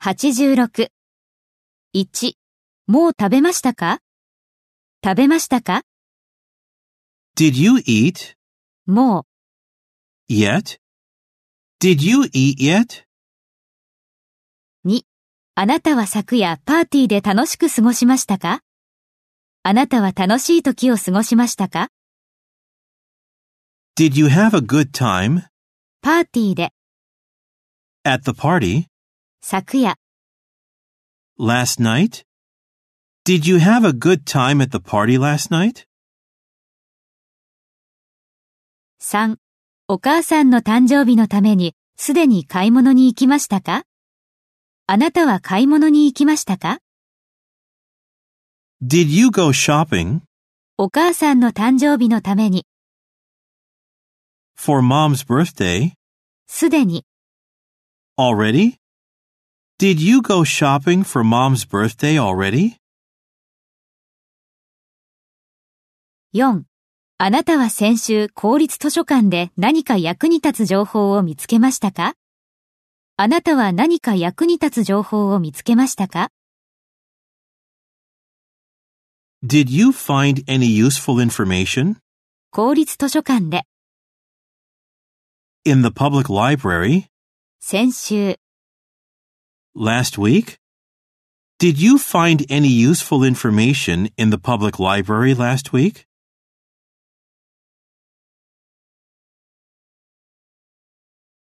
86。1. もう食べましたか食べましたか Did you eat も yet? Did you eat yet? う。2. あなたは昨夜パーティーで楽しく過ごしましたかあなたは楽しい時を過ごしましたか Did you have a good time パーティーで、 at the party 昨夜、 last night? Did you have a good time at the party last night? 3. お母さんの誕生日のためにすでに買い物に行きましたかあなたは買い物に行きましたか Did you go shopping お母さんの誕生日のために、 for mom's birthday すでに、 already? Did you go shopping for mom's birthday already? 4. あなたは先週公立図書館で何か役に立つ情報を見つけましたかあなたは何か役に立つ情報を見つけましたか Did you find any useful information 公立図書館で、 in the public library 先週、 last week? Did you find any useful information in the public library last week?